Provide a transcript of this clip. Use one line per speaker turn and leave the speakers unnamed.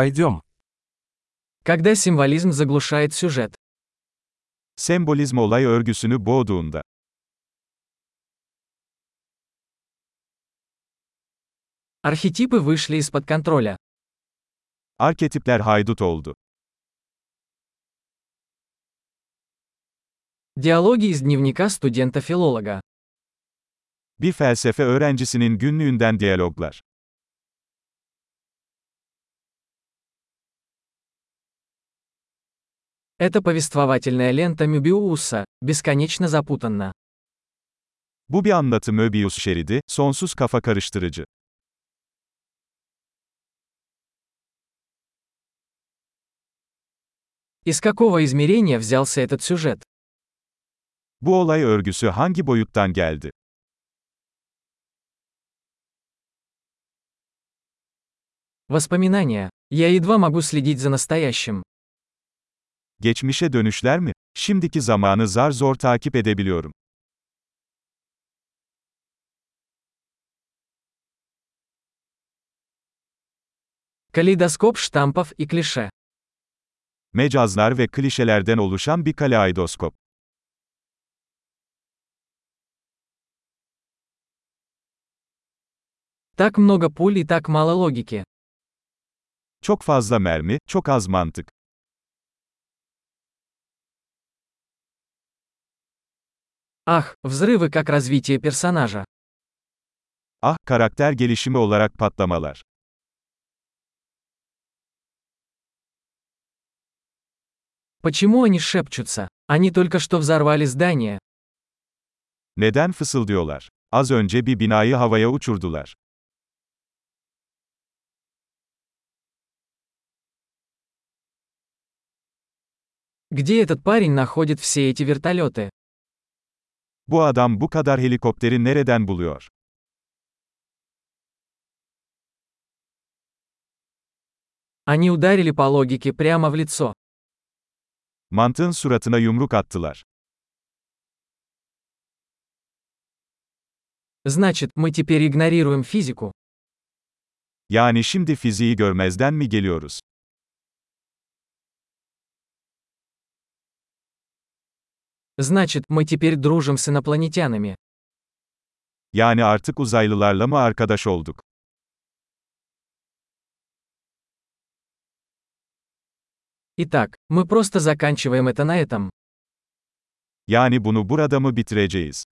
Пойдем.
Когда символизм заглушает сюжет.
Sembolizm olay örgüsünü boğduğunda.
Архетипы вышли из-под контроля.
Arketipler haydut oldu.
Диалоги из дневника студента-филолога.
Bir felsefe öğrencisinin günlüğünden diyaloglar.
Это повествовательная лента Мюбиуса, бесконечно запутанна.
Bu bir anlatı Möbius şeridi, sonsuz kafa karıştırıcı.
Из какого измерения взялся этот сюжет?
Bu olay örgüsü hangi boyuttan geldi?
Воспоминания. Я едва могу следить за настоящим.
Geçmişe dönüşler mi? Şimdiki zamanı zar zor takip edebiliyorum.
Калейдоскоп штампов и клише.
Mecazlar ve klişelerden oluşan bir kaleidoskop.
Так много пуль и так мало логики.
Çok fazla mermi, çok az mantık.
Ах, взрывы как развитие персонажа.
Ah, karakter gelişimi olarak patlamalar.
Почему они шепчутся? Они только что взорвали здание.
Neden fısıldıyorlar? Az önce bir binayı havaya uçurdular.
Где этот парень находит все эти вертолеты?
Bu adam bu kadar helikopteri nereden buluyor?
Они ударили по логике прямо в лицо.
Mantığın suratına yumruk attılar.
Значит, мы теперь игнорируем физику.
Yani şimdi fiziği görmezden mi geliyoruz?
Значит, мы теперь дружим с инопланетянами.
Yani artık uzaylılarla mı arkadaş olduk?
Итак, мы просто заканчиваем это на этом.
Yani bunu burada mı bitireceğiz?